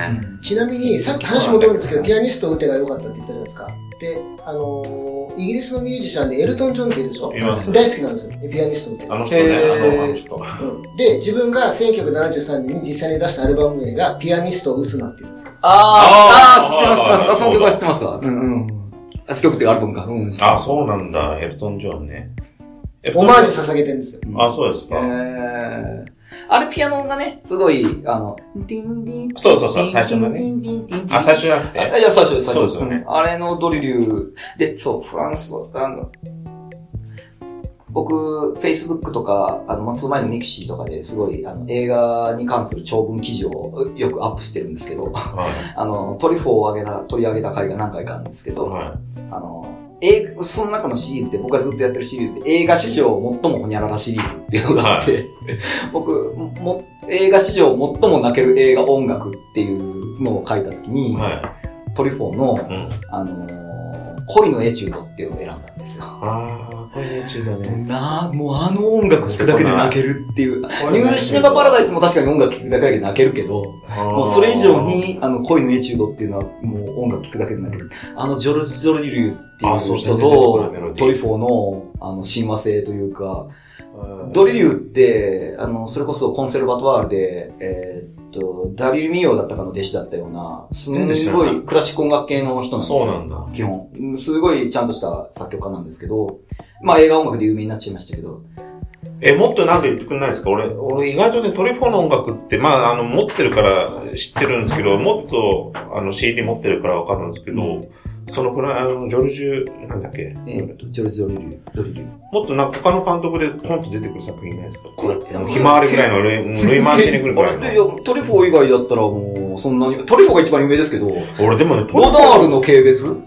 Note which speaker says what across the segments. Speaker 1: ちなみに、さっき話戻るんですけど、ピアニストを打てが良かったって言ったじゃないですか。で、あのーイギリスのミュージシャンでエルトン・ジョンっているでしょ
Speaker 2: います
Speaker 1: 大好きなんですよ、ピアニストって。
Speaker 2: あの人ね、
Speaker 3: へー
Speaker 2: あの、あの人。
Speaker 1: うん、で、自分が1973年に実際に出したアルバム名が、ピアニストを打つなって言うんですよ。
Speaker 2: あー
Speaker 3: あー、あー、知ってます、知ってます。
Speaker 2: あー
Speaker 3: あ、その曲は知ってますわ。うんうん。あ、その曲っていうかアルバムか。うん、知って
Speaker 2: あ、
Speaker 3: ます。
Speaker 2: そうなんだ。エルトン・ジョンね。
Speaker 1: オマージ
Speaker 2: す。
Speaker 1: ュ捧げてるんですよ。
Speaker 3: うん
Speaker 2: あ、そうです
Speaker 3: え
Speaker 2: か。
Speaker 3: ーあれ、ピアノがね、すごい、あの、
Speaker 2: そうそうそう最初のね。あ、最初じゃなく
Speaker 3: あ
Speaker 2: て。
Speaker 3: いや、最初です、最初
Speaker 2: そうですよね
Speaker 3: うんあれのドリルで、そう、フランスは、あの、僕、Facebook とか、あの、まあその前のミクシーとかですごい、あの、映画に関する長文記事をよくアップしてるんですけど、
Speaker 2: は
Speaker 3: あの、トリュフォーを上げた、取り上げた回が何回かあるんですけ
Speaker 2: い。
Speaker 3: ど、
Speaker 2: は
Speaker 3: あの、映画、その中のシリーズで僕がずっとやってるシリーズで映画史上最もほにゃららシリーズっていうのがあって、 僕も、映画史上最も泣ける映画音楽っていうのを書いたとき
Speaker 2: い。
Speaker 3: に、
Speaker 2: は
Speaker 3: トリフォーの
Speaker 2: い。うん。
Speaker 3: あのー恋のエチュードっていうのを選んだんですよ。
Speaker 2: あー、これね、中だね。
Speaker 3: なあ、もうあの音楽聴くだけで泣けるっていう。ニューシネマパラ
Speaker 2: イ
Speaker 3: ダイスも確かに音楽聴くだけで泣けるけど、
Speaker 2: ス。
Speaker 3: も
Speaker 2: も
Speaker 3: うそれ以上。に、あの、恋のエチュードっていうのは、もう音楽聴くだけで泣ける。あの、ジョルジ・ジョルディリューって
Speaker 2: あそ
Speaker 3: いうう
Speaker 2: ですね
Speaker 3: 人
Speaker 2: 出てくるメロディ
Speaker 3: と、
Speaker 2: ー
Speaker 3: トリフォーの、あの、親和性というか、
Speaker 2: うん
Speaker 3: ドリリューって、あの、それこそコンセルバトワールで、えーっと、ダビル・ミオだったかの弟子だったような、すん
Speaker 2: 全然知ら
Speaker 3: ご
Speaker 2: ない
Speaker 3: いクラシック音楽系の人なんですよ。
Speaker 2: そうなんだ。
Speaker 3: 基本。うんすごいちゃんとした作曲家なんですけど、まあ映画音楽で有名になっちゃいましたけど、
Speaker 2: え、もっとなんか言ってくれないですか俺、俺意外とね、トリフォーの音楽って、まあ、あの、持ってるから知ってるんですけど、もっと、あの、CD 持ってるからわかるんですけど、そのフラあの、ジョルジュ、なんだっけ、
Speaker 4: ジョルジョルリュードリルー。
Speaker 2: もっとなんか他の監督でポンと出てくる作品ないですか
Speaker 3: これ
Speaker 2: あのひまわりぐらいの類、もう類回しに来るぐらい
Speaker 3: あれいや
Speaker 2: の。
Speaker 3: トリュフォー以外だったらもう、そんなに、トリュフォーが一番有名ですけど、
Speaker 2: 俺でもね、
Speaker 3: ロダールの軽蔑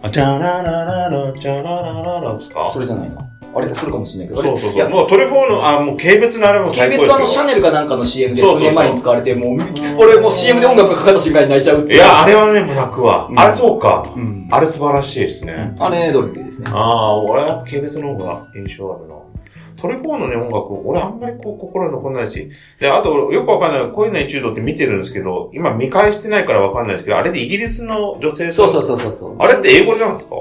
Speaker 2: あ、チャララララ、チャララララですか
Speaker 3: それじゃないな。あれ、それかもしれない
Speaker 2: そ
Speaker 3: けど。
Speaker 2: うそうそ
Speaker 3: いや
Speaker 2: う。もうトリフォーの、あ、もう軽蔑のあれも
Speaker 3: 軽
Speaker 2: 最高
Speaker 3: 蔑はあ
Speaker 2: で
Speaker 3: の、
Speaker 2: す
Speaker 3: シ
Speaker 2: よ
Speaker 3: ャ。ネルかなんかの CM で
Speaker 2: そう
Speaker 3: 数
Speaker 2: そうそう
Speaker 3: 年前に使われて、もう、俺もう CM で音楽がかかった瞬間に泣いちゃうって
Speaker 2: いや、あれはね、もう泣くわ
Speaker 3: う。ん
Speaker 2: あれそうか。
Speaker 3: うん。
Speaker 2: あれ素晴らしいですね。
Speaker 3: あれ、ドリルですね。
Speaker 2: ああ、俺は軽蔑の方が印象あるな。トリフォーのね、音楽、俺あんまりこう心に残んないし。で、あと、よくわかんない、恋のエチュードって見てるんですけど、今見返してないからわかんないですけど、あれでイギリスの女性と
Speaker 3: そうそうそうそうそう。
Speaker 2: あれって英語じゃないですか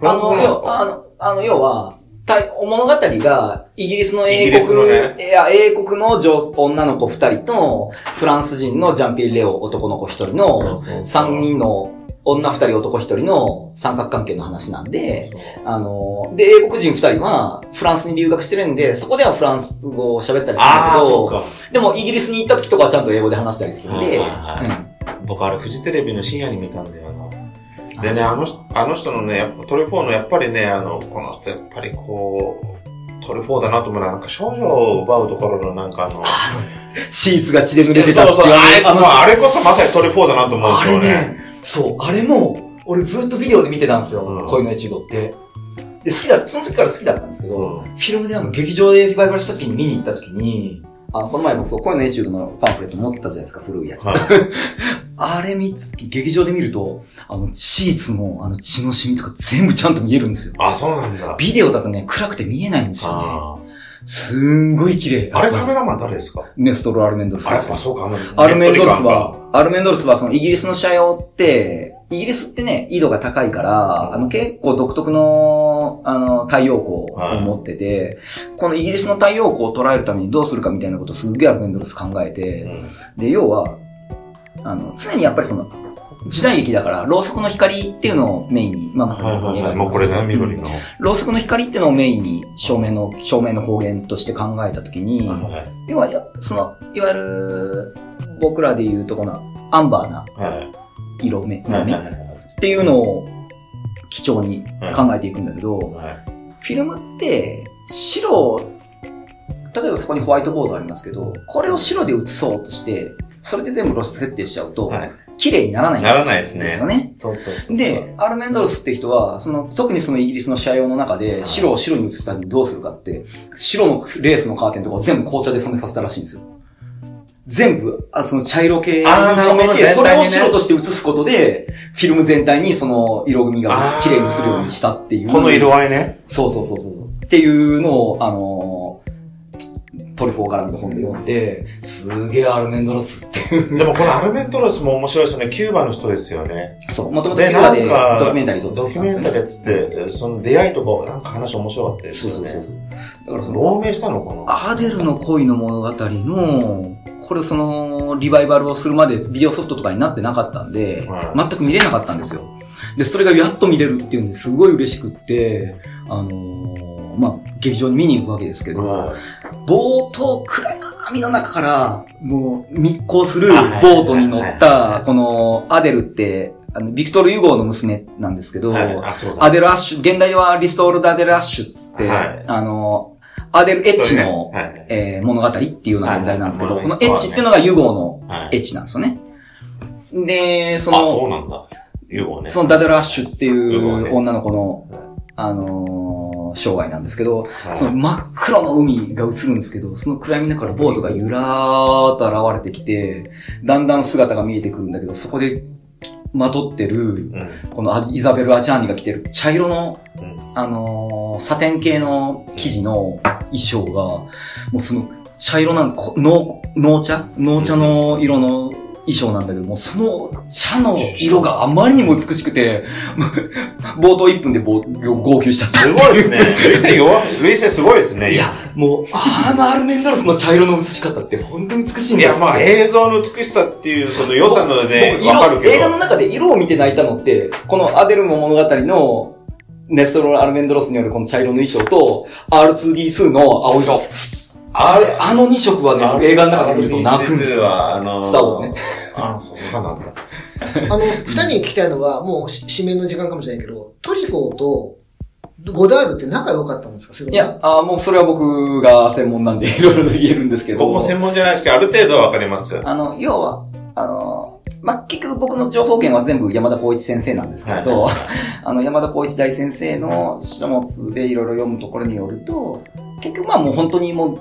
Speaker 2: フラ
Speaker 3: あ
Speaker 2: ンス語
Speaker 3: の、
Speaker 2: なんです
Speaker 3: 要
Speaker 2: か
Speaker 3: あの、あの、要は、た物語が、イギリスの
Speaker 2: イギ
Speaker 3: 英
Speaker 2: リス
Speaker 3: 国、
Speaker 2: のね
Speaker 3: いや、英国の女女の子二人と、フランス人のジャンピー・レオ男の子一人の、三人の女二人男一人の三角関係の話なんで、あの、で、英国人二人は、フランスに留学してるんで、そこではフランス語を喋ったりするんだ
Speaker 2: あ
Speaker 3: け
Speaker 2: あ、そう
Speaker 3: ど、
Speaker 2: か。
Speaker 3: でも、イギリスに行った時とかはちゃんと英語で話したりするんで、
Speaker 2: はいはいは僕あれフジテレビの深夜に見たんだよな。でね、あの人、あの人のね、やっぱトリフォーのやっぱりね、あの、この人やっぱりこう、トリフォーだなと思うのは、なんか少女を奪うところのなんかあの、
Speaker 3: うんシーツが血で濡
Speaker 2: い
Speaker 3: れ
Speaker 2: や
Speaker 3: てた
Speaker 2: そうそう、あれ
Speaker 3: あの
Speaker 2: あれこそまさにトリフォーだなと思うんで
Speaker 3: あ
Speaker 2: すよ
Speaker 3: れ
Speaker 2: ね。
Speaker 3: ね、そう、あれも、俺ずっとビデオで見てたんですよ、
Speaker 2: うん
Speaker 3: 恋のエチュードって。で、好きだ、その時から好きだったんですけど、
Speaker 2: う
Speaker 3: フ
Speaker 2: ん
Speaker 3: ィルムであの、劇場でリバイバルした時に見に行った時に、あこの前僕そう、恋のエチュードのパンフレット持ってたじゃないですか、古いやつ。
Speaker 2: はい
Speaker 3: あれ見た時、劇場で見ると、あの、シーツの、あの、血の染みとか全部ちゃんと見えるんですよ。
Speaker 2: あ、そうなんだ。
Speaker 3: ビデオだとね、暗くて見えないんですよね。
Speaker 2: あ
Speaker 3: すんごい綺麗。
Speaker 2: ーあれカメラマン誰ですか
Speaker 3: ネストロ・アルメンドルス
Speaker 2: あ、
Speaker 3: で
Speaker 2: や
Speaker 3: す
Speaker 2: っぱそうか、あの
Speaker 3: アルメンドル
Speaker 2: ネ
Speaker 3: ス
Speaker 2: ットリカンか。
Speaker 3: は、アルメンドルスはそのイギリスの社用って、イギリスってね、緯度が高いから、あの結構独特の、あの、太陽光を持ってて、このイギリスの太陽光を捉えるためにどうするかみたいなことをすっげえアルメンドルス考え
Speaker 2: う
Speaker 3: て、
Speaker 2: ん
Speaker 3: で、要は、あの、常にやっぱりその、時代劇だから、ろうそくの光っていうのをメインに、まあ、また
Speaker 2: はいはいはい。
Speaker 3: ま
Speaker 2: もうこれね、緑の。
Speaker 3: ろうそくの光っていうのをメインに、照明の、照明の方言として考えたときに、
Speaker 2: はい
Speaker 3: 要は、やその、いわゆる、僕らで言うとこの、アンバーな
Speaker 2: はい。
Speaker 3: 色目、
Speaker 2: はい
Speaker 3: 目
Speaker 2: は
Speaker 3: っ
Speaker 2: い
Speaker 3: ていうのを基調に考えていくんだけど、
Speaker 2: はい。
Speaker 3: フィルムって、白を、例えばそこにホワイトボードありますけど、これを白で写そうとして、それで全部露出設定しちゃうと、
Speaker 2: はい
Speaker 3: 綺麗にならないん
Speaker 2: ならないです
Speaker 3: です
Speaker 2: ね
Speaker 3: よ。ね。
Speaker 2: そうそうそ
Speaker 3: で、アルメンドロスって人は、その、特にそのイギリスの社用の中で、白を白に移すためにどうするかって、白のレースのカーテンとかを全部紅茶で染めさせたらしいんですよ。全部、あその茶色系に
Speaker 2: あーなるほど
Speaker 3: 染めて、
Speaker 2: 全体
Speaker 3: そ
Speaker 2: にね
Speaker 3: れを白として移すことで、フィルム全体にその色組が
Speaker 2: あー
Speaker 3: 綺麗にするようにしたっていう。
Speaker 2: この色合いね。
Speaker 3: そうそうそうそう。っていうのを、あのートリフォー絡みの本で読んで、すげえアルメンドロスっていう。
Speaker 2: でもこのアルベントロスも面白いですよね。キューバの人ですよね。
Speaker 3: そう、もともとキュ
Speaker 2: で、
Speaker 3: ーバ
Speaker 2: な
Speaker 3: で
Speaker 2: ん
Speaker 3: ド
Speaker 2: か、
Speaker 3: キュメンタリー撮
Speaker 2: ド
Speaker 3: って
Speaker 2: キ
Speaker 3: た
Speaker 2: ュ
Speaker 3: んで
Speaker 2: メ
Speaker 3: すよ
Speaker 2: ンタリー
Speaker 3: ね。
Speaker 2: やってて、その出会いとか、なんか話面白かったです
Speaker 3: そう
Speaker 2: よ
Speaker 3: そうそう
Speaker 2: ね。。
Speaker 3: だからその
Speaker 2: 亡命したのかな
Speaker 3: アデルの恋の物語の、これその、リバイバルをするまでビデオソフトとかになってなかったんで、
Speaker 2: は
Speaker 3: 全く見れなかったんですよ。で、それがやっと見れるっていうんですごい嬉しくって、あのーまあ、劇場に見に行くわけですけど、
Speaker 2: は
Speaker 3: 冒頭暗闇の中から、もう密航するボ
Speaker 2: はいはい
Speaker 3: ートに乗った、この、アデルって、あの、ビクトル・ユゴーの娘なんですけ
Speaker 2: い
Speaker 3: ど、
Speaker 2: はい。あ、そうだ。
Speaker 3: アデル・アッシュ、現代ではリストール・ダ・デル・アッシュっつって、
Speaker 2: はい
Speaker 3: あの、アデル・エッチの、
Speaker 2: はいはい。
Speaker 3: えー物語っていうような現代なんですけど、
Speaker 2: はい
Speaker 3: このエッチっていうのがユゴの
Speaker 2: はい。
Speaker 3: エッチなんですよね。で、そ
Speaker 2: あ、そう
Speaker 3: の、
Speaker 2: なんだ。ユーゴね。
Speaker 3: そのダデラッシュってい
Speaker 2: ユゴね
Speaker 3: う女の子の
Speaker 2: はい、
Speaker 3: あのー生涯なんですけど、
Speaker 2: はい
Speaker 3: その真っ黒の海が映るんですけど、その暗闇の中からボートがゆらーっと現れてきて、だんだん姿が見えてくるんだけど、そこでまとってる、
Speaker 2: うん。
Speaker 3: このアジイザベル・アジャーニが着てる茶色の
Speaker 2: うん、
Speaker 3: あのーサテン系の生地の衣装が、もうその、茶色なん、こ濃、濃茶濃茶の色の衣装なんだけども、その茶の色があまりにも美しくて、もう冒頭1分でぼう号泣しちゃった。
Speaker 2: すごいです ね。ルイセ弱い、ルイセすごいですね。
Speaker 3: いや、もう、あのアルメンドロスの茶色の美しかったって本当に美しいん
Speaker 2: い
Speaker 3: です
Speaker 2: や、まあ映像の美しさっていう、その良さのね、
Speaker 3: 僕色
Speaker 2: わかるけ
Speaker 3: 映画の
Speaker 2: ど。
Speaker 3: 中で色を見て泣いたのって、このアデルム物語のネストロ・アルメンドロスによるこの茶色の衣装と、R2D2 の青色。あれ、あの2色はね、映画の中で見ると泣くんです
Speaker 2: 実
Speaker 3: よ。
Speaker 2: は、あの
Speaker 3: スターウォーズね。
Speaker 2: あ、そうなんだ。
Speaker 1: あの、二人に聞きたいのは、もうし、締めの時間かもしれないけど、トリフォーとゴダールって仲良かったんですかそれ
Speaker 3: い
Speaker 1: とも
Speaker 3: や、あーもうそれは僕が専門なんで、いろいろと言えるん ですけど。
Speaker 2: 僕も専門じゃないですけど、ある程度はわかります。
Speaker 3: あの、要は、あの、まあ、結局僕の情報源は全部山田光一先生なんですけど、あの、山田光一大先生の書物でいろいろ読むところによると、結局まあもう本当にもう、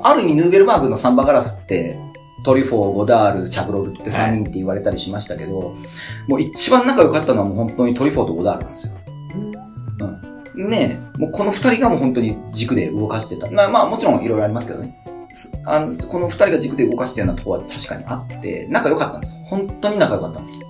Speaker 3: ある意味ヌーベルバーグのサンバガラスって、トリュフォー、ゴダール、チャブロルって3人って言われたりしましたけど、もう一番仲良かったのはもう本当にトリュフォーとゴダールなんですよ。うん。ねえ、もうこの二人がもう本当に軸で動かしてた。まあまあもちろんいろいろありますけどね。すあの、この二人が軸で動かしたようなとこは確かにあって、仲良かったんですよ。本当に仲良かったんですよ。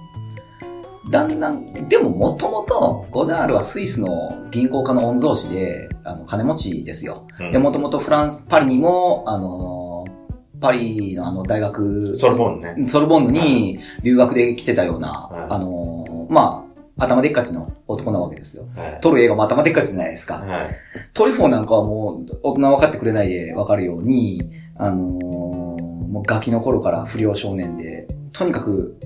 Speaker 3: だんだん、でももともと、ゴダールはスイスの銀行家の御曹司で、あの、金持ちですよ。
Speaker 2: うん
Speaker 3: で、もともとフランス、パリにも、あのー、パリのあの、大学、
Speaker 2: ソルボンね。
Speaker 3: ソルボンヌに留学で来てたような、
Speaker 2: はい
Speaker 3: あのー、まあ、頭でっかちの男なわけですよ。
Speaker 2: はい。
Speaker 3: 撮る映画も頭でっかちじゃないですか。
Speaker 2: はい。
Speaker 3: トリフォーなんかはもう、大人分かってくれないで分かるように、あのーもうガキの頃から不良少年で、とにかく、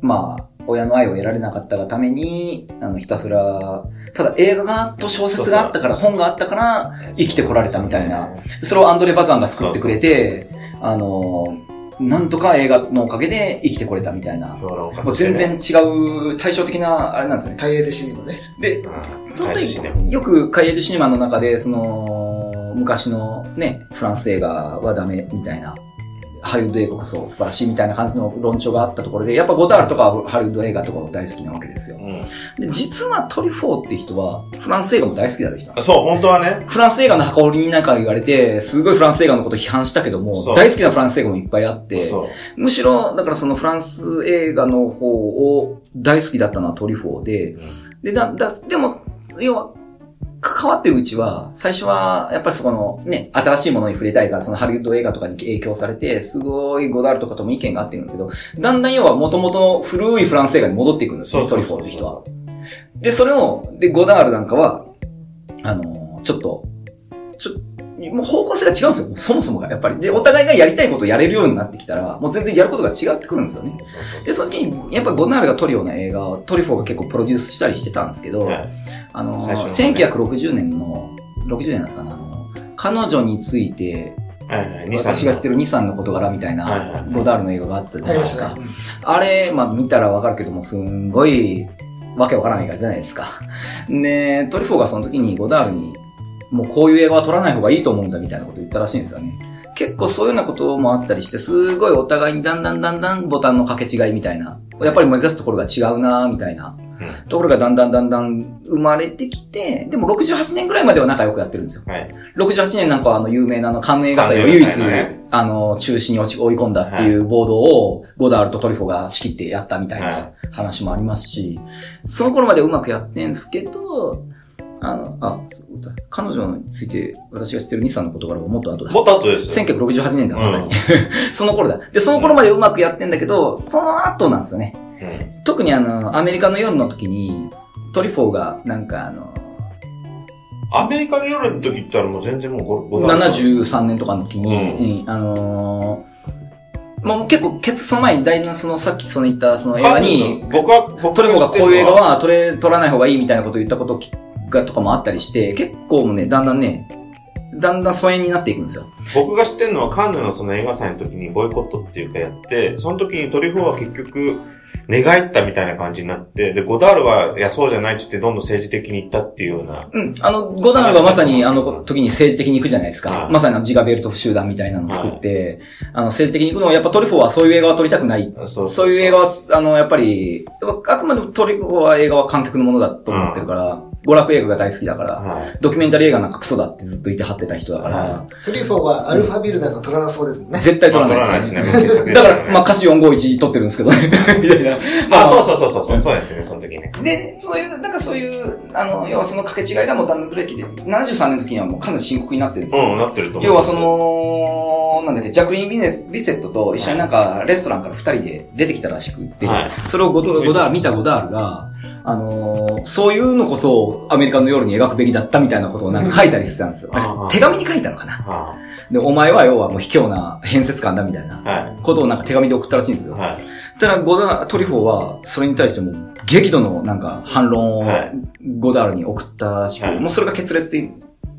Speaker 3: まあ、親の愛を得られなかったがために、あの、ひたすら、ただ映画がと小説があったから、本があったから、生きてこられたみたいな。それをアンドレ・バザンが救ってくれて、
Speaker 2: そうそうそう
Speaker 3: あのーなんとか映画のおかげで生きてこれたみたいな
Speaker 2: そう、評論家
Speaker 3: も
Speaker 2: と
Speaker 3: う
Speaker 2: してね
Speaker 3: 全然違う対照的な、あれなんですよね。
Speaker 1: 大英で死にもね。
Speaker 3: で、
Speaker 2: うん
Speaker 3: 本当
Speaker 2: 大事ね
Speaker 3: によくカイエルシネマの中で、その、昔のね、フランス映画はダメみたいな、ハリウッド映画こそ素晴らしいみたいな感じの論調があったところで、やっぱゴダールとかハリウッド映画とかも大好きなわけですよ。
Speaker 2: うん
Speaker 3: で、実はトリフォーって人は、フランス映画も大好きだった人なんですよ。
Speaker 2: そう、本当はね。
Speaker 3: フランス映画の箱売りになんか言われて、すごいフランス映画のこと批判したけども
Speaker 2: そ、う
Speaker 3: 大好きなフランス映画もいっぱいあって、
Speaker 2: そう。
Speaker 3: むしろ、だからそのフランス映画の方を大好きだったのはトリフォーで、
Speaker 2: うん
Speaker 3: で、だ、だ、でも、要は、関わってるうちは、最初は、やっぱりそこのね、新しいものに触れたいから、そのハリウッド映画とかに影響されて、すごいゴダールとかとも意見があってるんだけど、だんだん要は元々の古いフランス映画に戻っていくんです
Speaker 2: そ
Speaker 3: よ、
Speaker 2: う
Speaker 3: ト
Speaker 2: そう
Speaker 3: リフ
Speaker 2: そ
Speaker 3: ォ
Speaker 2: う
Speaker 3: ーって人は。で、それを、で、ゴダールなんかは、あのーちょっと、ちょ、もう方向性が違うんですよ。そもそもが、やっぱり。で、お互いがやりたいことをやれるようになってきたら、もう全然やることが違ってくるんですよね。で、その時に、やっぱゴナールが撮るような映画を、トリフォーが結構プロデュースしたりしてたんですけど、
Speaker 2: はい
Speaker 3: あの
Speaker 2: 最
Speaker 3: ー、
Speaker 2: 初のね
Speaker 3: 1960年の、60年だったかな、あのー、彼女について、
Speaker 2: はいはい。二三
Speaker 3: 私が知ってる2、3の事柄みたい
Speaker 2: はいは、
Speaker 3: ないゴダールの映画があったじ
Speaker 1: あ
Speaker 3: ゃ
Speaker 1: り
Speaker 3: ない
Speaker 1: ま
Speaker 3: で
Speaker 1: し
Speaker 3: す
Speaker 1: た
Speaker 3: か
Speaker 1: ね。。
Speaker 3: あれ、まあ見たらわかるけども、すんごい、わけわからない映画じゃないですか。で、トリフォーがその時にゴダールに、もうこういう映画は撮らない方がいいと思うんだみたいなことを言ったらしいんですよね。結構そういうようなこともあったりして、すごいお互いにだんだんだんだんボタンの掛け違いみたいな、やっぱり目指すところが違うなみたいな、
Speaker 2: うん
Speaker 3: ところがだんだんだんだん生まれてきて、でも68年ぐらいまでは仲良くやってるんですよ。
Speaker 2: はい
Speaker 3: 68年なんかはあの有名なあの、関映画祭を
Speaker 2: カンヌ映
Speaker 3: 唯
Speaker 2: 画
Speaker 3: 一
Speaker 2: 祭のね、
Speaker 3: あの、中止に追い込んだっていうボードを、ゴダールとトリフォが仕切ってやったみたい
Speaker 2: は
Speaker 3: ない話もありますし、その頃までうまくやってんすけど、あの、あ、そうだ彼女について私が知ってる兄さんの事柄はもっと後だ。
Speaker 2: もっと後ですよ。
Speaker 3: 1968年だ、まさ
Speaker 2: う
Speaker 3: に
Speaker 2: ん。
Speaker 3: その頃だ。で、その頃までうまくやってんだけど、その後なんですよね。
Speaker 2: うん
Speaker 3: 特にあの、アメリカの夜の時に、トリフォーが、なんかあの、
Speaker 2: アメリカの夜の時言ったらもう全然もうごご
Speaker 3: 73年とかの時に、うんあのーもう結構、ケツその前に大事な、その、さっきその言った、その映画に、
Speaker 2: 僕は、僕
Speaker 3: トリフォーがこういう映画
Speaker 2: は、
Speaker 3: は撮れ、撮らない方がいいみたいなことを言ったことが、とかもあったりして、結構ね、だんだんね、だんだん疎遠になっていくんですよ。
Speaker 2: 僕が知ってるのはカンヌのその映画祭の時にボイコットっていうかやって、その時にトリフォーは結局、寝返ったみたいな感じになって、で、ゴダールは、いや、そうじゃないって言って、どんどん政治的に行ったっていうような。
Speaker 3: うん。あの、ゴダールがまさにあの時に政治的に行くじゃないですか。
Speaker 2: はい
Speaker 3: まさにあのジガベルトフ集団みたいなのを作って、あの、政治的に行くのは、やっぱトリフォーはそういう映画は撮りたくない
Speaker 2: そ
Speaker 3: そういう映画は、あの、やっぱり、あくまでもトリコは映画は観客のものだと思ってるから、娯楽映画が大好きだから、
Speaker 2: はい。
Speaker 3: ドキュメンタリー映画なんかクソだってずっと言ってはってた人だから
Speaker 2: は、
Speaker 1: トリフォーはアルファビルなんか取らなそうですもんね。
Speaker 3: 絶対撮らないです
Speaker 2: す
Speaker 3: ね。
Speaker 2: ね。傑作です
Speaker 3: だ
Speaker 2: よね
Speaker 3: から、まあ、歌詞451撮ってるんですけどね。 みたいな。ま
Speaker 2: あ、そうそうそうそう、そうですね、その時ね。
Speaker 3: で、そういう、なんかそういう、あの、要はその掛け違いがもうだんだんずれてきて、73年の時にはもうかなり深刻になってるんですよ。
Speaker 2: うん、なってると思う。
Speaker 3: 要はそ、の、なんだっけ、ジャクリン・ビネスビセットと一緒になんか、レストランから二人で出てきたらしくって、
Speaker 2: はい
Speaker 3: それをゴドゴダール、見たゴダールが、あのーそういうのこそアメリカの夜に描くべきだったみたいなことをなんか書いたりしてたんですよ。
Speaker 2: うん
Speaker 3: なんか手紙に書いたのかな。
Speaker 2: は
Speaker 3: で、お前は要はもう卑怯な変節感だみたいな
Speaker 2: は
Speaker 3: ことをなんか手紙で送ったらしいんです
Speaker 2: い。
Speaker 3: よ。
Speaker 2: はい。
Speaker 3: ただ、ゴダトリュフォーは、それに対してもう激怒のなんか反論を
Speaker 2: はい
Speaker 3: ゴダールに送ったらしく、
Speaker 2: はい
Speaker 3: もうそれが決裂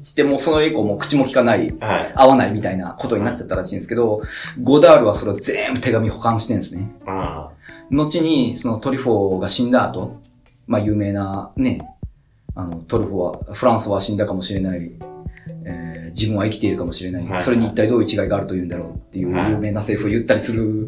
Speaker 3: して、もうその以降もう口も聞かない、
Speaker 2: はい。
Speaker 3: 合わないみたいなことになっちゃったらしいんですけど、ゴダールはそれを全部手紙保管してるんですね。
Speaker 2: うん。
Speaker 3: 後に、そのトリュフォーが死んだ後、まあ有名なね、あの、トリュフォーは、フランソワは死んだかもしれない、えー自分は生きているかもしれない、
Speaker 2: はい
Speaker 3: それに一体どういう違いがあるというんだろうっていう
Speaker 2: はい
Speaker 3: 有名なセリフを言ったりする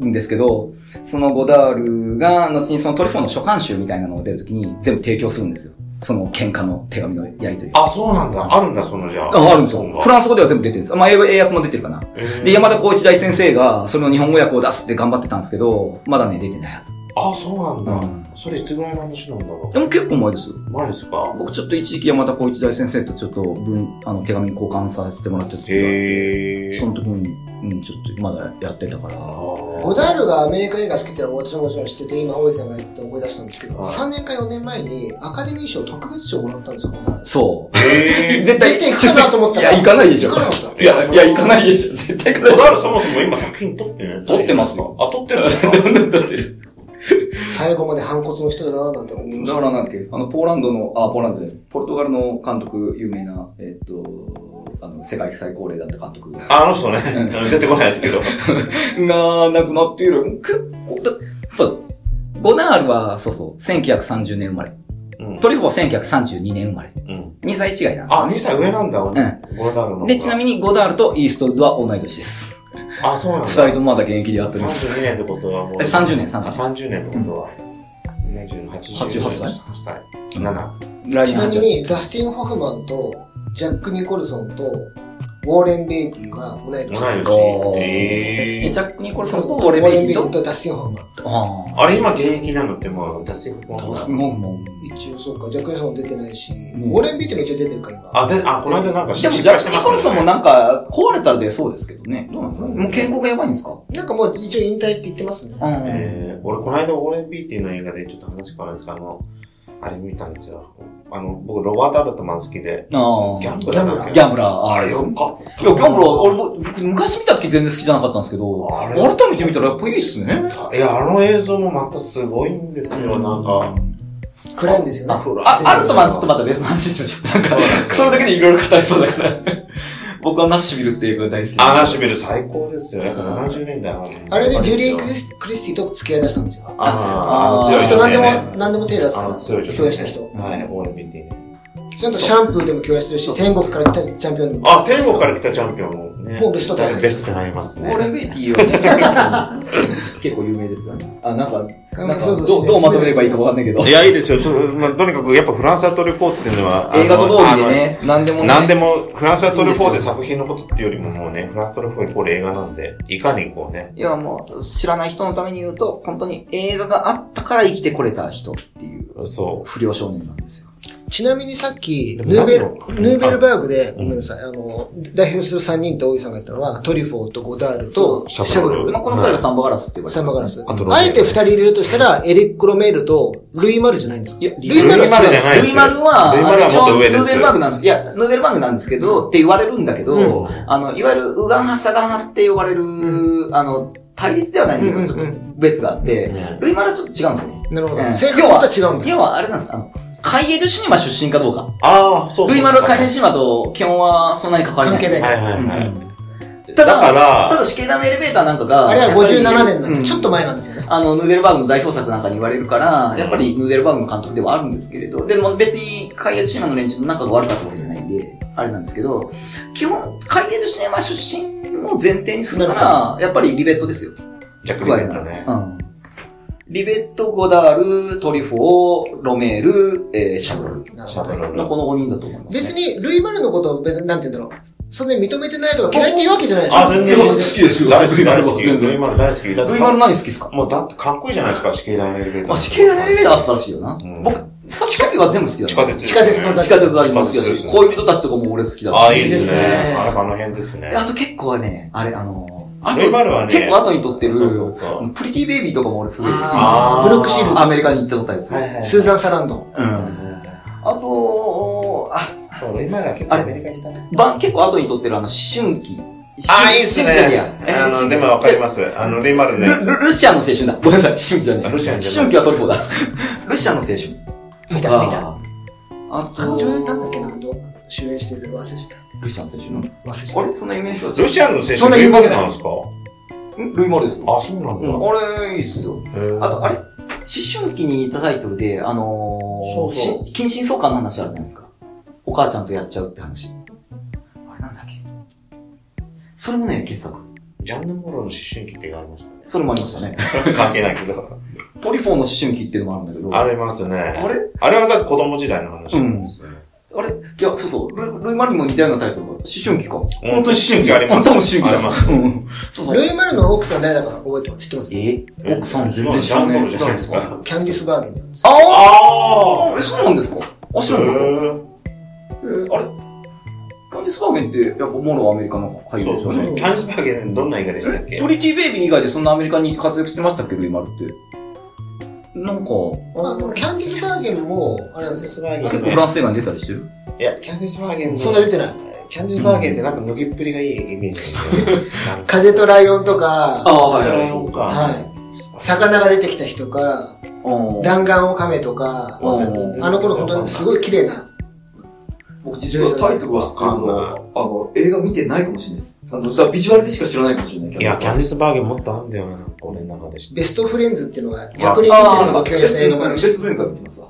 Speaker 3: んですけど、そのゴダールが、後にそのトリュフォーの書簡集みたいなのを出るときに全部提供するんですよ。その喧嘩の手紙のやりとり。
Speaker 2: あ、そうなんだ。あるんだ、そのじゃあ。
Speaker 3: あ、あるんですよ
Speaker 2: 本。
Speaker 3: フ
Speaker 2: が
Speaker 3: ランス語では全部出てるんです。まあ、英語、英訳も出てるかな。
Speaker 2: えー
Speaker 3: で、山田光一大先生が、それの日本語訳を出すって頑張ってたんですけど、まだね、出てないはず。
Speaker 2: あ、そうな
Speaker 3: うん
Speaker 2: だ。それいつぐらいの話なんだろ
Speaker 3: でも結構前ですよ。
Speaker 2: う。前ですか
Speaker 3: 僕ちょっと一時期山田光一大先生とちょっと文、あの、手紙交換させてもらってた時があって
Speaker 2: へえ。
Speaker 3: その時に、うん、ちょっとまだやってたから。
Speaker 1: ゴ
Speaker 2: 五
Speaker 1: ダールがアメリカ映画好きってのは私ももちろん知ってて、今、大井さんが言って思い出したんですけど、
Speaker 2: はい
Speaker 1: 3年か4年前にアカデミー賞特別賞もらったんですよ、ゴダール。
Speaker 3: そう。
Speaker 2: え
Speaker 1: 絶
Speaker 3: 絶
Speaker 1: 対行くかなと思ったら。
Speaker 3: いや行かないでしょ
Speaker 1: 行かなかった。
Speaker 3: いや、いや、行かないでしょ。絶対行
Speaker 2: ー。小田
Speaker 3: かない
Speaker 2: 原そもそも今作品撮ってね。
Speaker 3: 撮ってますよ
Speaker 2: あ、撮ってるんですか
Speaker 3: どんどん出てる。
Speaker 1: 最後まで反骨の人だななんて思いまし
Speaker 3: だか
Speaker 1: た。
Speaker 3: らなんだっけ、あの、ポーランドの、あ、ポーランドで、ポルトガルの監督、有名な、えっと、あの、世界最高齢だった監督。
Speaker 2: あの人ね、出てこないですけど。
Speaker 3: がなくなっている。結構、だそう。ゴナールは、そうそう、1930年生まれ。
Speaker 2: うん
Speaker 3: トリュフォー1932年生まれ。
Speaker 2: うん
Speaker 3: 2歳違いなんです
Speaker 2: あ、2歳上なんだ、ゴダールの方が。
Speaker 3: で、ちなみにゴダールとイーストウッドは同い年です。
Speaker 2: あ、そうなんだ。
Speaker 3: 二人ともまだ現役でやっております。
Speaker 2: 32年ってことはもう。
Speaker 3: え30年30年
Speaker 2: あ、30年ってことは。70 88
Speaker 3: 88歳
Speaker 2: ?8 歳。7。
Speaker 3: 来
Speaker 1: ち
Speaker 3: 年
Speaker 1: な
Speaker 3: 8
Speaker 1: み
Speaker 3: 月。
Speaker 1: に、ダスティン・ホフマンと、ジャック・ニコルソンと、ウォーレン・ベイティが同い年で
Speaker 2: 同い
Speaker 1: す。
Speaker 3: そう
Speaker 2: 年。え
Speaker 3: ジ
Speaker 2: ー
Speaker 3: ャック・ニコ
Speaker 1: ウ
Speaker 3: ルソンと
Speaker 1: ォ
Speaker 3: オレ
Speaker 1: ーレ
Speaker 3: ベ
Speaker 1: ン・
Speaker 3: リ
Speaker 1: ベイテ
Speaker 3: ー
Speaker 1: ィ
Speaker 3: と、
Speaker 1: とダスティン・ホフマン。
Speaker 3: ああ、
Speaker 2: あれ、今現役なのってもう、ダスティン・ホフマン
Speaker 3: どう
Speaker 2: だ
Speaker 3: すんのもう。
Speaker 1: 一応、そうか、ジャック・ニコルソン出てないし、
Speaker 3: ん
Speaker 1: ウォーレン・ベイティも一応出てるか、今。
Speaker 2: あ、で、あ、この間なんか
Speaker 3: でも、ジャック・ニコルソンもなんか、壊れたら出そうですけどね。どうなんですかねもう健康がやばいんですか
Speaker 1: なんかもう一応引退って言ってますね。
Speaker 3: ん
Speaker 2: えー、俺、この間、オーレン・ビーティの映画でちょっと話変わるんですけど、あの、あれ見たんですよ。あの、僕、ロバート・アルトマン好きで、
Speaker 3: あ
Speaker 2: ギャン
Speaker 3: あ。
Speaker 2: ブラーだっけ
Speaker 3: ギャンブラー。
Speaker 2: あれよかった。
Speaker 3: いや、ギャンブラー、俺も、僕、昔見た時全然好きじゃなかったんですけど、
Speaker 2: あれ
Speaker 3: 改めて見たらやっぱいいっすね。
Speaker 2: いや、あの映像もまたすごいんですよ、なんか。
Speaker 1: 暗いんですよね。
Speaker 3: あ、アルトマンちょっとまた別の話しましょう。なんか、それだけでいろいろ語りそうだから。僕はナッシュビルっていう映画大好き
Speaker 2: あ、ナッシュビル最高ですよ。やっぱ70年代の。
Speaker 1: あれでジュリー・クリスクリスティと付き合い出したんですよ。
Speaker 2: あーあの、
Speaker 1: そ
Speaker 2: 強
Speaker 1: の
Speaker 2: い
Speaker 1: 人
Speaker 2: 人
Speaker 1: 何で
Speaker 2: ね。
Speaker 1: も、何でも手出すか
Speaker 2: あ
Speaker 1: ら、
Speaker 2: の、強い人。
Speaker 1: 共演した人。
Speaker 2: はい、オーレン・ビーティね。
Speaker 1: ちゃんとシャンプーでも共演してるし、天国から来たチャンピオンでも。
Speaker 2: あ、天国から来たチャンピオンもね。
Speaker 1: もうベストタイ
Speaker 2: ベストになりますね。
Speaker 3: オーレン・ベイティはね、結構有名ですよね。あ、なんか、なんか
Speaker 1: そうそう
Speaker 3: どう、どうまとめればいいかわかんないけど
Speaker 2: い。や、いいですよ。と,、まあ、とにかく、やっぱフランスアトレポーっていうのは、あの
Speaker 3: 映画と通りでね、なんで
Speaker 2: あ
Speaker 3: も
Speaker 2: の
Speaker 3: ね。
Speaker 2: 何でも、フランスアトレポー
Speaker 3: いい
Speaker 2: で
Speaker 3: ですよ
Speaker 2: 作品のことっていうよりももうね、フランスアトレポーイコール映画なんで、いかにこうね、
Speaker 3: いや、もう、知らない人のために言うと、本当に映画があったから生きてこれた人っていう
Speaker 2: そ
Speaker 3: 不良少年なんですよ。
Speaker 1: ちなみにさっき、
Speaker 2: でも
Speaker 1: ヌーベル
Speaker 2: 何の、
Speaker 1: ヌーベルバーグで、
Speaker 2: ん
Speaker 1: ごめんなさい、あの、代表する3人って大井さんが言ったのは、トリュフォーとゴダールと
Speaker 2: シ
Speaker 1: シャ
Speaker 2: ャブ
Speaker 1: ブ
Speaker 2: ロ
Speaker 1: ロ
Speaker 2: ル
Speaker 1: ル
Speaker 3: まあ、この二人がサンバガラスって呼ばれて
Speaker 1: サンバガラス。
Speaker 2: あとロメール
Speaker 1: あえて2人入れるとしたら、エリック・ロメールとルイ・マルじゃないんですか
Speaker 3: いや
Speaker 1: ルイ・マル
Speaker 2: ルイマルじ
Speaker 1: は
Speaker 2: ゃないです
Speaker 3: ルイマルは、
Speaker 2: ルイマルはもっと上です
Speaker 3: あのヌーベルバーグなんです。いや、ヌーベルバーグなんですけど、って言われるんだけど、
Speaker 1: う
Speaker 2: う。
Speaker 3: あの、いわゆる、ウガン派、サガン派って呼ばれる、あの、対立ではないんだけど、
Speaker 1: うん
Speaker 3: ち
Speaker 1: うん
Speaker 3: ょ
Speaker 1: うん
Speaker 3: っと別があって、ルイマルはちょっと違うんですよね。
Speaker 1: 違う。なるほ
Speaker 3: う
Speaker 1: ど。
Speaker 3: ん
Speaker 1: 性格とは違うんだ。
Speaker 3: 要は、あれなんです。あの、海江戸シネマ出身かどうか。
Speaker 2: ああ、そう
Speaker 3: ルイマルは海江戸
Speaker 2: し
Speaker 3: シネマと基本はそんなに関わりな
Speaker 1: 関
Speaker 3: い。
Speaker 1: 係ない
Speaker 2: は
Speaker 1: か
Speaker 2: いは
Speaker 1: ら。
Speaker 2: いはい。
Speaker 3: うん
Speaker 2: だ
Speaker 3: た
Speaker 2: か
Speaker 3: だ、た
Speaker 2: ら、
Speaker 3: だ、死刑台のエレベーターなんかが、
Speaker 1: あれは57年なん
Speaker 3: な
Speaker 1: ですよ。ちょっと前なんですよね。
Speaker 3: あの、ヌーベルバーグの代表作なんかに言われるから、やっぱりヌーベルバーグの監督ではあるんですけれど、でも別に海江戸シネマの連中の仲が悪かったわけじゃないんで、あれなんですけど、基本、海江戸シネマ出身を前提にするなら、やっぱりリベットですよ。
Speaker 2: ジャック・リベットね
Speaker 3: う。ん。リベット、ゴダール、トリフォー、ロメール、えー、シャブロル
Speaker 1: なる
Speaker 2: シ
Speaker 1: ほ
Speaker 2: ャブ
Speaker 1: ど。
Speaker 2: ロル。
Speaker 3: のこの5人だと思います、ね。
Speaker 1: 別に、ルイ・マルのことを別に、なんて言うんだろう。そんなに認めてないとか嫌いっていうわけじゃないでしょ。
Speaker 2: あ、全然
Speaker 5: いや好きですよ
Speaker 2: 大好き、大好き。
Speaker 5: ルイマルは
Speaker 2: ルイマル大好き。だって
Speaker 3: ルイマル何好きですか
Speaker 2: もうだってかっこいいじゃないですか、死刑台のエレベーター。
Speaker 3: あ、死刑台のエレベーターは素晴らしいよな。
Speaker 2: うん
Speaker 3: 僕、さっきは全部好きだ
Speaker 2: 地
Speaker 3: な
Speaker 2: 下鉄。
Speaker 1: 地下鉄の
Speaker 3: 地下鉄は今好きだし、恋人たちとかも俺好きだし。
Speaker 2: ああ、いいですね
Speaker 1: いいですね。
Speaker 2: あやっぱあの辺ですね。
Speaker 3: あと結構はね、あれ、あの、あ
Speaker 2: ルイマルはね、
Speaker 3: 結構後に撮ってる、
Speaker 2: そうそうそう。
Speaker 3: プリティベイビーとかも俺すごい。
Speaker 1: あ
Speaker 2: ー
Speaker 1: ブロックシールズ
Speaker 3: アメリカに行ったことあるんですね。
Speaker 2: い
Speaker 1: スーザン・サランドン。
Speaker 3: うん。あと、あ、
Speaker 2: そう、俺今が結構アメリカにしたね。
Speaker 3: ば結構後に撮ってるあの、思春期。
Speaker 2: ああ、いいっす
Speaker 3: 思春期じゃ
Speaker 2: ね
Speaker 3: ね。えや
Speaker 2: あの、でもわかります。あの、レイマルのや
Speaker 3: ル
Speaker 2: つ。
Speaker 3: ルルシアの青春だ。ごめんなさい、思春期じゃねえ。
Speaker 2: あルシアの
Speaker 3: 思
Speaker 2: 青春
Speaker 3: 春期はトリフォーだ。ルシアの青春。
Speaker 1: 見た、見た。
Speaker 3: あーあ
Speaker 1: あの女優
Speaker 3: と、
Speaker 1: なんだっけな、ど主演してて忘れした。
Speaker 3: ルシアの青春の。あ
Speaker 1: 忘れ
Speaker 3: れ
Speaker 1: し
Speaker 3: そんな有名な人だ
Speaker 2: ロシアの選手
Speaker 1: そんな有名じゃない
Speaker 2: なんですか
Speaker 3: んルイマルですよ。
Speaker 2: あ、そうな
Speaker 3: うん、
Speaker 2: ん
Speaker 3: あれ、いいっすよ。
Speaker 2: だ。
Speaker 3: あと、あれ思春期にいたタイトルで、あの
Speaker 2: そう
Speaker 3: ー、
Speaker 2: そう
Speaker 3: し近親相関の話あるじゃないですか。お母ちゃんとやっちゃうって話。あれなんだっけそれもね、傑作。
Speaker 2: ジャンヌ・モローの思春期ってがありまし
Speaker 3: それもありましたね。
Speaker 2: たね。関係ないけ ど。
Speaker 3: トリフォーの思春期っていうのもあるんだけど。
Speaker 2: ありますね。
Speaker 3: あれ
Speaker 2: あれはだって子供時代の話なんですね。
Speaker 3: あれいや、そうそう。ルルイマルにも似たようなタイトルが。思春期か。本
Speaker 2: 当に思春期あります
Speaker 3: 本当に思春期だ
Speaker 2: あります
Speaker 3: うん。そう
Speaker 1: た。
Speaker 3: そう。
Speaker 1: ルイ・マルの奥さん誰だか覚えてます知ってますキ
Speaker 3: え奥さん全然知
Speaker 2: ジャ
Speaker 3: ら
Speaker 2: ンヌ・
Speaker 3: な
Speaker 2: モ
Speaker 3: い。
Speaker 2: ローじゃないですか。
Speaker 1: ャンディス・バーゲンなんですよ。
Speaker 3: あ
Speaker 2: あ
Speaker 3: あそうなんですかあ、知らなかった。えー、あれキャンディスバーゲンって、やっぱモロはアメリカの俳優
Speaker 2: そう
Speaker 3: です
Speaker 2: そ
Speaker 3: よ
Speaker 2: う
Speaker 3: ね。
Speaker 2: ね。キャンスバーゲンどんな映画でしたっけ
Speaker 3: プリティベイビー以外でそんなアメリカに活躍してましたっけ、ルイマルって。なんか、
Speaker 1: あの、キャンディス・バーゲンも、あれなんです
Speaker 2: キャン
Speaker 1: よ。
Speaker 2: ディスバーゲ
Speaker 3: 結
Speaker 2: ン
Speaker 3: 構フランス映画に出たりしてる
Speaker 2: いや、キャンディスバーゲンの
Speaker 1: そんな出てない。
Speaker 2: キャンディスバーゲンってなんか脱ぎっぷりがいいイメージなんで。なんか
Speaker 1: 風とライオンとか、
Speaker 3: あ、
Speaker 2: ドラえ
Speaker 3: あ
Speaker 2: もんか。
Speaker 1: はい。魚が出てきた日とか、
Speaker 3: ー
Speaker 1: 弾丸を亀とか、あの頃本当にすごい綺麗な。
Speaker 6: 僕実はタイトルは知ってるの
Speaker 2: わ
Speaker 6: は、あの、映画見てないかもしれないです。あの、さビジュアルでしか知らないかもしれない。
Speaker 2: いや、キャンディスバーゲンもっとあんだよな、なんか俺の中でし
Speaker 1: ベストフレンズっていうのが、ジャクリン・ミセルスが共演した映画もある
Speaker 6: ベ
Speaker 1: し、
Speaker 6: ストフレンズは見てますわ。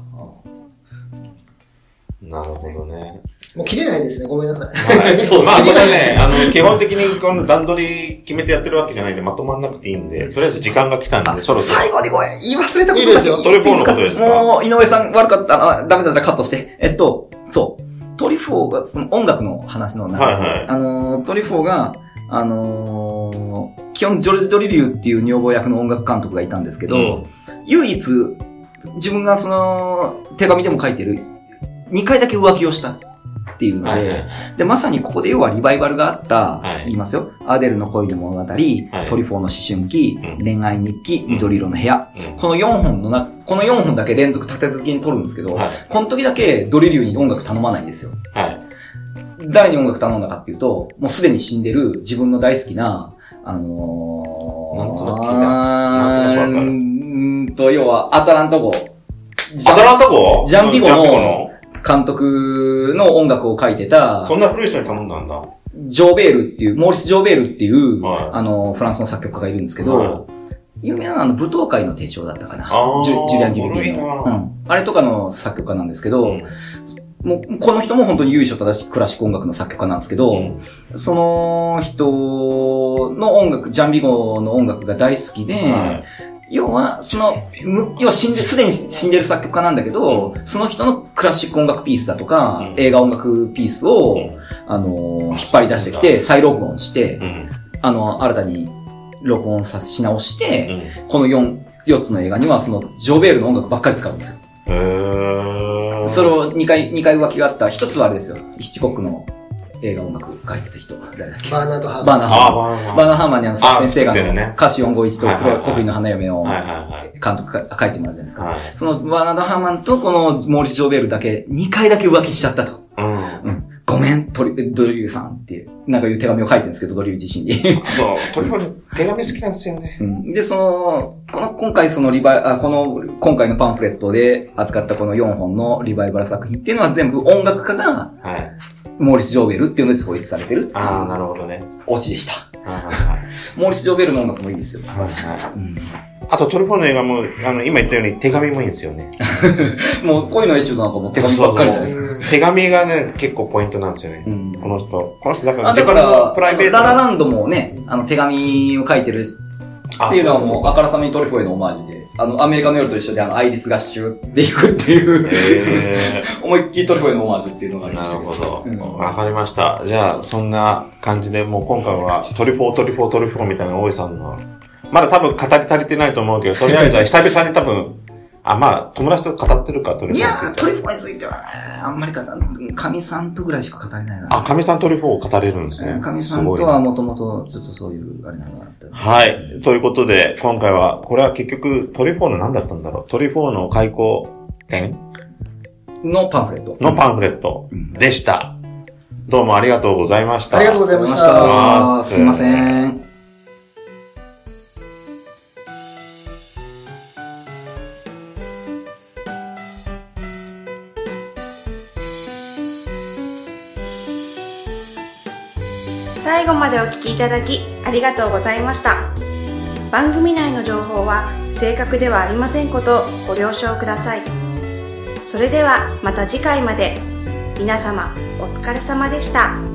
Speaker 2: なるほどね。
Speaker 1: もう切れないですね。ごめんなさい。
Speaker 2: はい
Speaker 1: そう
Speaker 2: まあ、それはね、あの、基本的にこの段取り決めてやってるわけじゃないんで、まとまんなくていいんで、とりあえず時間が来たんで、そろそろ。
Speaker 3: 最後にごめん、言い忘れたこと
Speaker 1: いいですよ
Speaker 2: トリフォーのことですか
Speaker 3: もう、井上さん悪かったな、ダメだったらカットして。えっと、そう。トリフォーが、その音楽の話の中で、
Speaker 2: はいはい
Speaker 3: あのー、トリフォーが、あのー、基本ジョルジュ・ドリリューっていう女房役の音楽監督がいたんですけど、
Speaker 2: うん
Speaker 3: 唯一、自分がその、手紙でも書いてる、2回だけ浮気をしたっていうので、
Speaker 2: はいはい。
Speaker 3: で、まさにここで要はリバイバルがあった、
Speaker 2: はい
Speaker 3: 言いますよ。アデルの恋の物語、トリフォーの思春期、
Speaker 2: うん
Speaker 3: 恋愛日記、
Speaker 2: ん
Speaker 3: 緑色の部屋。
Speaker 2: うん
Speaker 3: この4本のな、この4本だけ連続立て続けに撮るんですけど、
Speaker 2: はい。
Speaker 3: この時だけドリリューに音楽頼まないんですよ。
Speaker 2: はい。
Speaker 3: 誰に音楽頼んだかっていうと、もうすでに死んでる自分の大好きな、あのー、
Speaker 2: なんとなく聞いたなんとなくわかる
Speaker 3: うーんと、要はアタランタ号。ジ
Speaker 2: ア
Speaker 3: ャ
Speaker 2: トランタ号
Speaker 3: ジャンピゴの
Speaker 2: ジ
Speaker 3: 監督の音楽を書いてた、
Speaker 2: そんな古い人に頼んだんだ。は
Speaker 3: ジョーベールっていう、モーリス・ジョーベールっていう、
Speaker 2: はい
Speaker 3: あの、フランスの作曲家がいるんですけど、
Speaker 2: は
Speaker 3: 有名なのはあの舞踏会の手帳だったかな。
Speaker 2: あー
Speaker 3: ジュジュリアン・デュル
Speaker 2: 古い
Speaker 3: ビー
Speaker 2: な
Speaker 3: の、うん。あれとかの作曲家なんですけど、
Speaker 2: うん
Speaker 3: もう、この人も本当に優秀正しいクラシック音楽の作曲家なんですけ
Speaker 2: う
Speaker 3: ど、
Speaker 2: ん
Speaker 3: その人の音楽、ジャンビゴの音楽が大好きで、
Speaker 2: い。
Speaker 3: 要は、その、む要は死んで、すでに死んでる作曲家なんだけど、その人のクラシック音楽ピースだとか、
Speaker 2: うん
Speaker 3: 映画音楽ピースを、
Speaker 2: う
Speaker 3: あのー、引っ張り出してきて、再録音して、
Speaker 2: ん。
Speaker 3: あの、新たに録音さし直し
Speaker 2: う
Speaker 3: て、
Speaker 2: ん。
Speaker 3: この4、四つの映画には、その、ジョーベールの音楽ばっかり使うんですよ。
Speaker 2: へー。
Speaker 3: それを2回、二回浮気があった、一つはあれですよ。ヒッチコックの映画音楽書いてた人、誰だっけ
Speaker 1: バーナード・ハーバ
Speaker 3: バーナーハーマ
Speaker 2: あー、
Speaker 3: ン。
Speaker 2: ま
Speaker 3: バ
Speaker 2: あ
Speaker 3: ーナーハーマンにあの、
Speaker 2: あ
Speaker 3: 先生が
Speaker 2: 作ってるね
Speaker 3: 歌詞451と
Speaker 2: はいはいはい
Speaker 3: 黒国の花嫁を
Speaker 2: はい
Speaker 3: 監
Speaker 2: はい
Speaker 3: 督が書いてもらうじゃないですか。
Speaker 2: はい。
Speaker 3: そのバーナード・ハーマンとこのモーリス・ジョーベールだけ2回だけ浮気しちゃったと。
Speaker 2: はい。
Speaker 3: うん。ごめん、トリドリューさんっていう、なんかいう手紙を書いてるんですけど、ドリュー自身に。
Speaker 2: うん。そう、トリフォー手紙好きなんですよね。
Speaker 3: うんで、その、この、今回そのリバイ、あ、この、今回のパンフレットで扱ったこの4本のリバイバル作品っていうのは全部音楽家が
Speaker 2: はい。
Speaker 3: モーリス・ジョーベルっていうので統一されてるってい
Speaker 2: ああ、
Speaker 3: う
Speaker 2: なるほどね。
Speaker 3: オチでした。
Speaker 2: はいはいはい。
Speaker 3: モーリス・ジョーベルの音楽もいいですよ。
Speaker 2: はいはい
Speaker 3: うん
Speaker 2: あと、トリフォーの映画も、あの、今言ったように手紙もいいんですよね。
Speaker 3: もう恋のエチュードなんかもう手紙ばっかりじゃないですか。
Speaker 1: ー。
Speaker 2: 手紙がね、結構ポイントなんですよね。
Speaker 3: うん
Speaker 2: この人。この人、だから、
Speaker 3: あだか
Speaker 2: 自分の
Speaker 3: ら、
Speaker 2: プライベート
Speaker 3: ラ
Speaker 2: な
Speaker 3: ラランドもね、あの手紙を書いてる
Speaker 2: あ
Speaker 3: っていうのはもう、あからさまにトリフォーへのオマージュで、あの、アメリカの夜と一緒であの、アイリス合衆で行くっていう、
Speaker 2: へー
Speaker 3: 思いっきりトリフォーへのオマージュっていうのがありま
Speaker 2: な
Speaker 3: し
Speaker 2: る
Speaker 3: たけ
Speaker 2: ほど
Speaker 3: うん。
Speaker 2: わかりました。じゃあ、そんな感じで、もう今回は、トリフォー、トリフォー、トリフォーみたいな大井さんの、まだ多分語り足りてないと思うけど、とりあえずは久々に多分、あ、まあ、友達と語ってるか、トリ
Speaker 3: い
Speaker 2: フォ
Speaker 3: や
Speaker 2: ー
Speaker 3: ー、
Speaker 2: につい
Speaker 3: ト
Speaker 2: て。
Speaker 3: リフォーについてはね、あんまりか、かみさんとぐらいしか語れないな。
Speaker 2: あ、かみさんトリフォーを語れるんですね。
Speaker 3: かみさ
Speaker 2: す
Speaker 3: んと
Speaker 2: ごい
Speaker 3: はもともと、ちょっとそういう、あれなのがあった。
Speaker 2: はい。ということで、今回は、これは結局、トリフォーの何だったんだろう。トリフォーの開口点
Speaker 7: のパンフレット。
Speaker 2: のパンフレット
Speaker 7: うん
Speaker 2: でした。どうもありがとうございました。
Speaker 1: ありがとうございまし
Speaker 2: ありがとうござい
Speaker 1: た。
Speaker 2: ます
Speaker 7: すいません。
Speaker 8: 最後までお聞きいただきありがとうございました番組内の情報は正確ではありませんことをご了承くださいそれではまた次回まで皆様お疲れ様でした。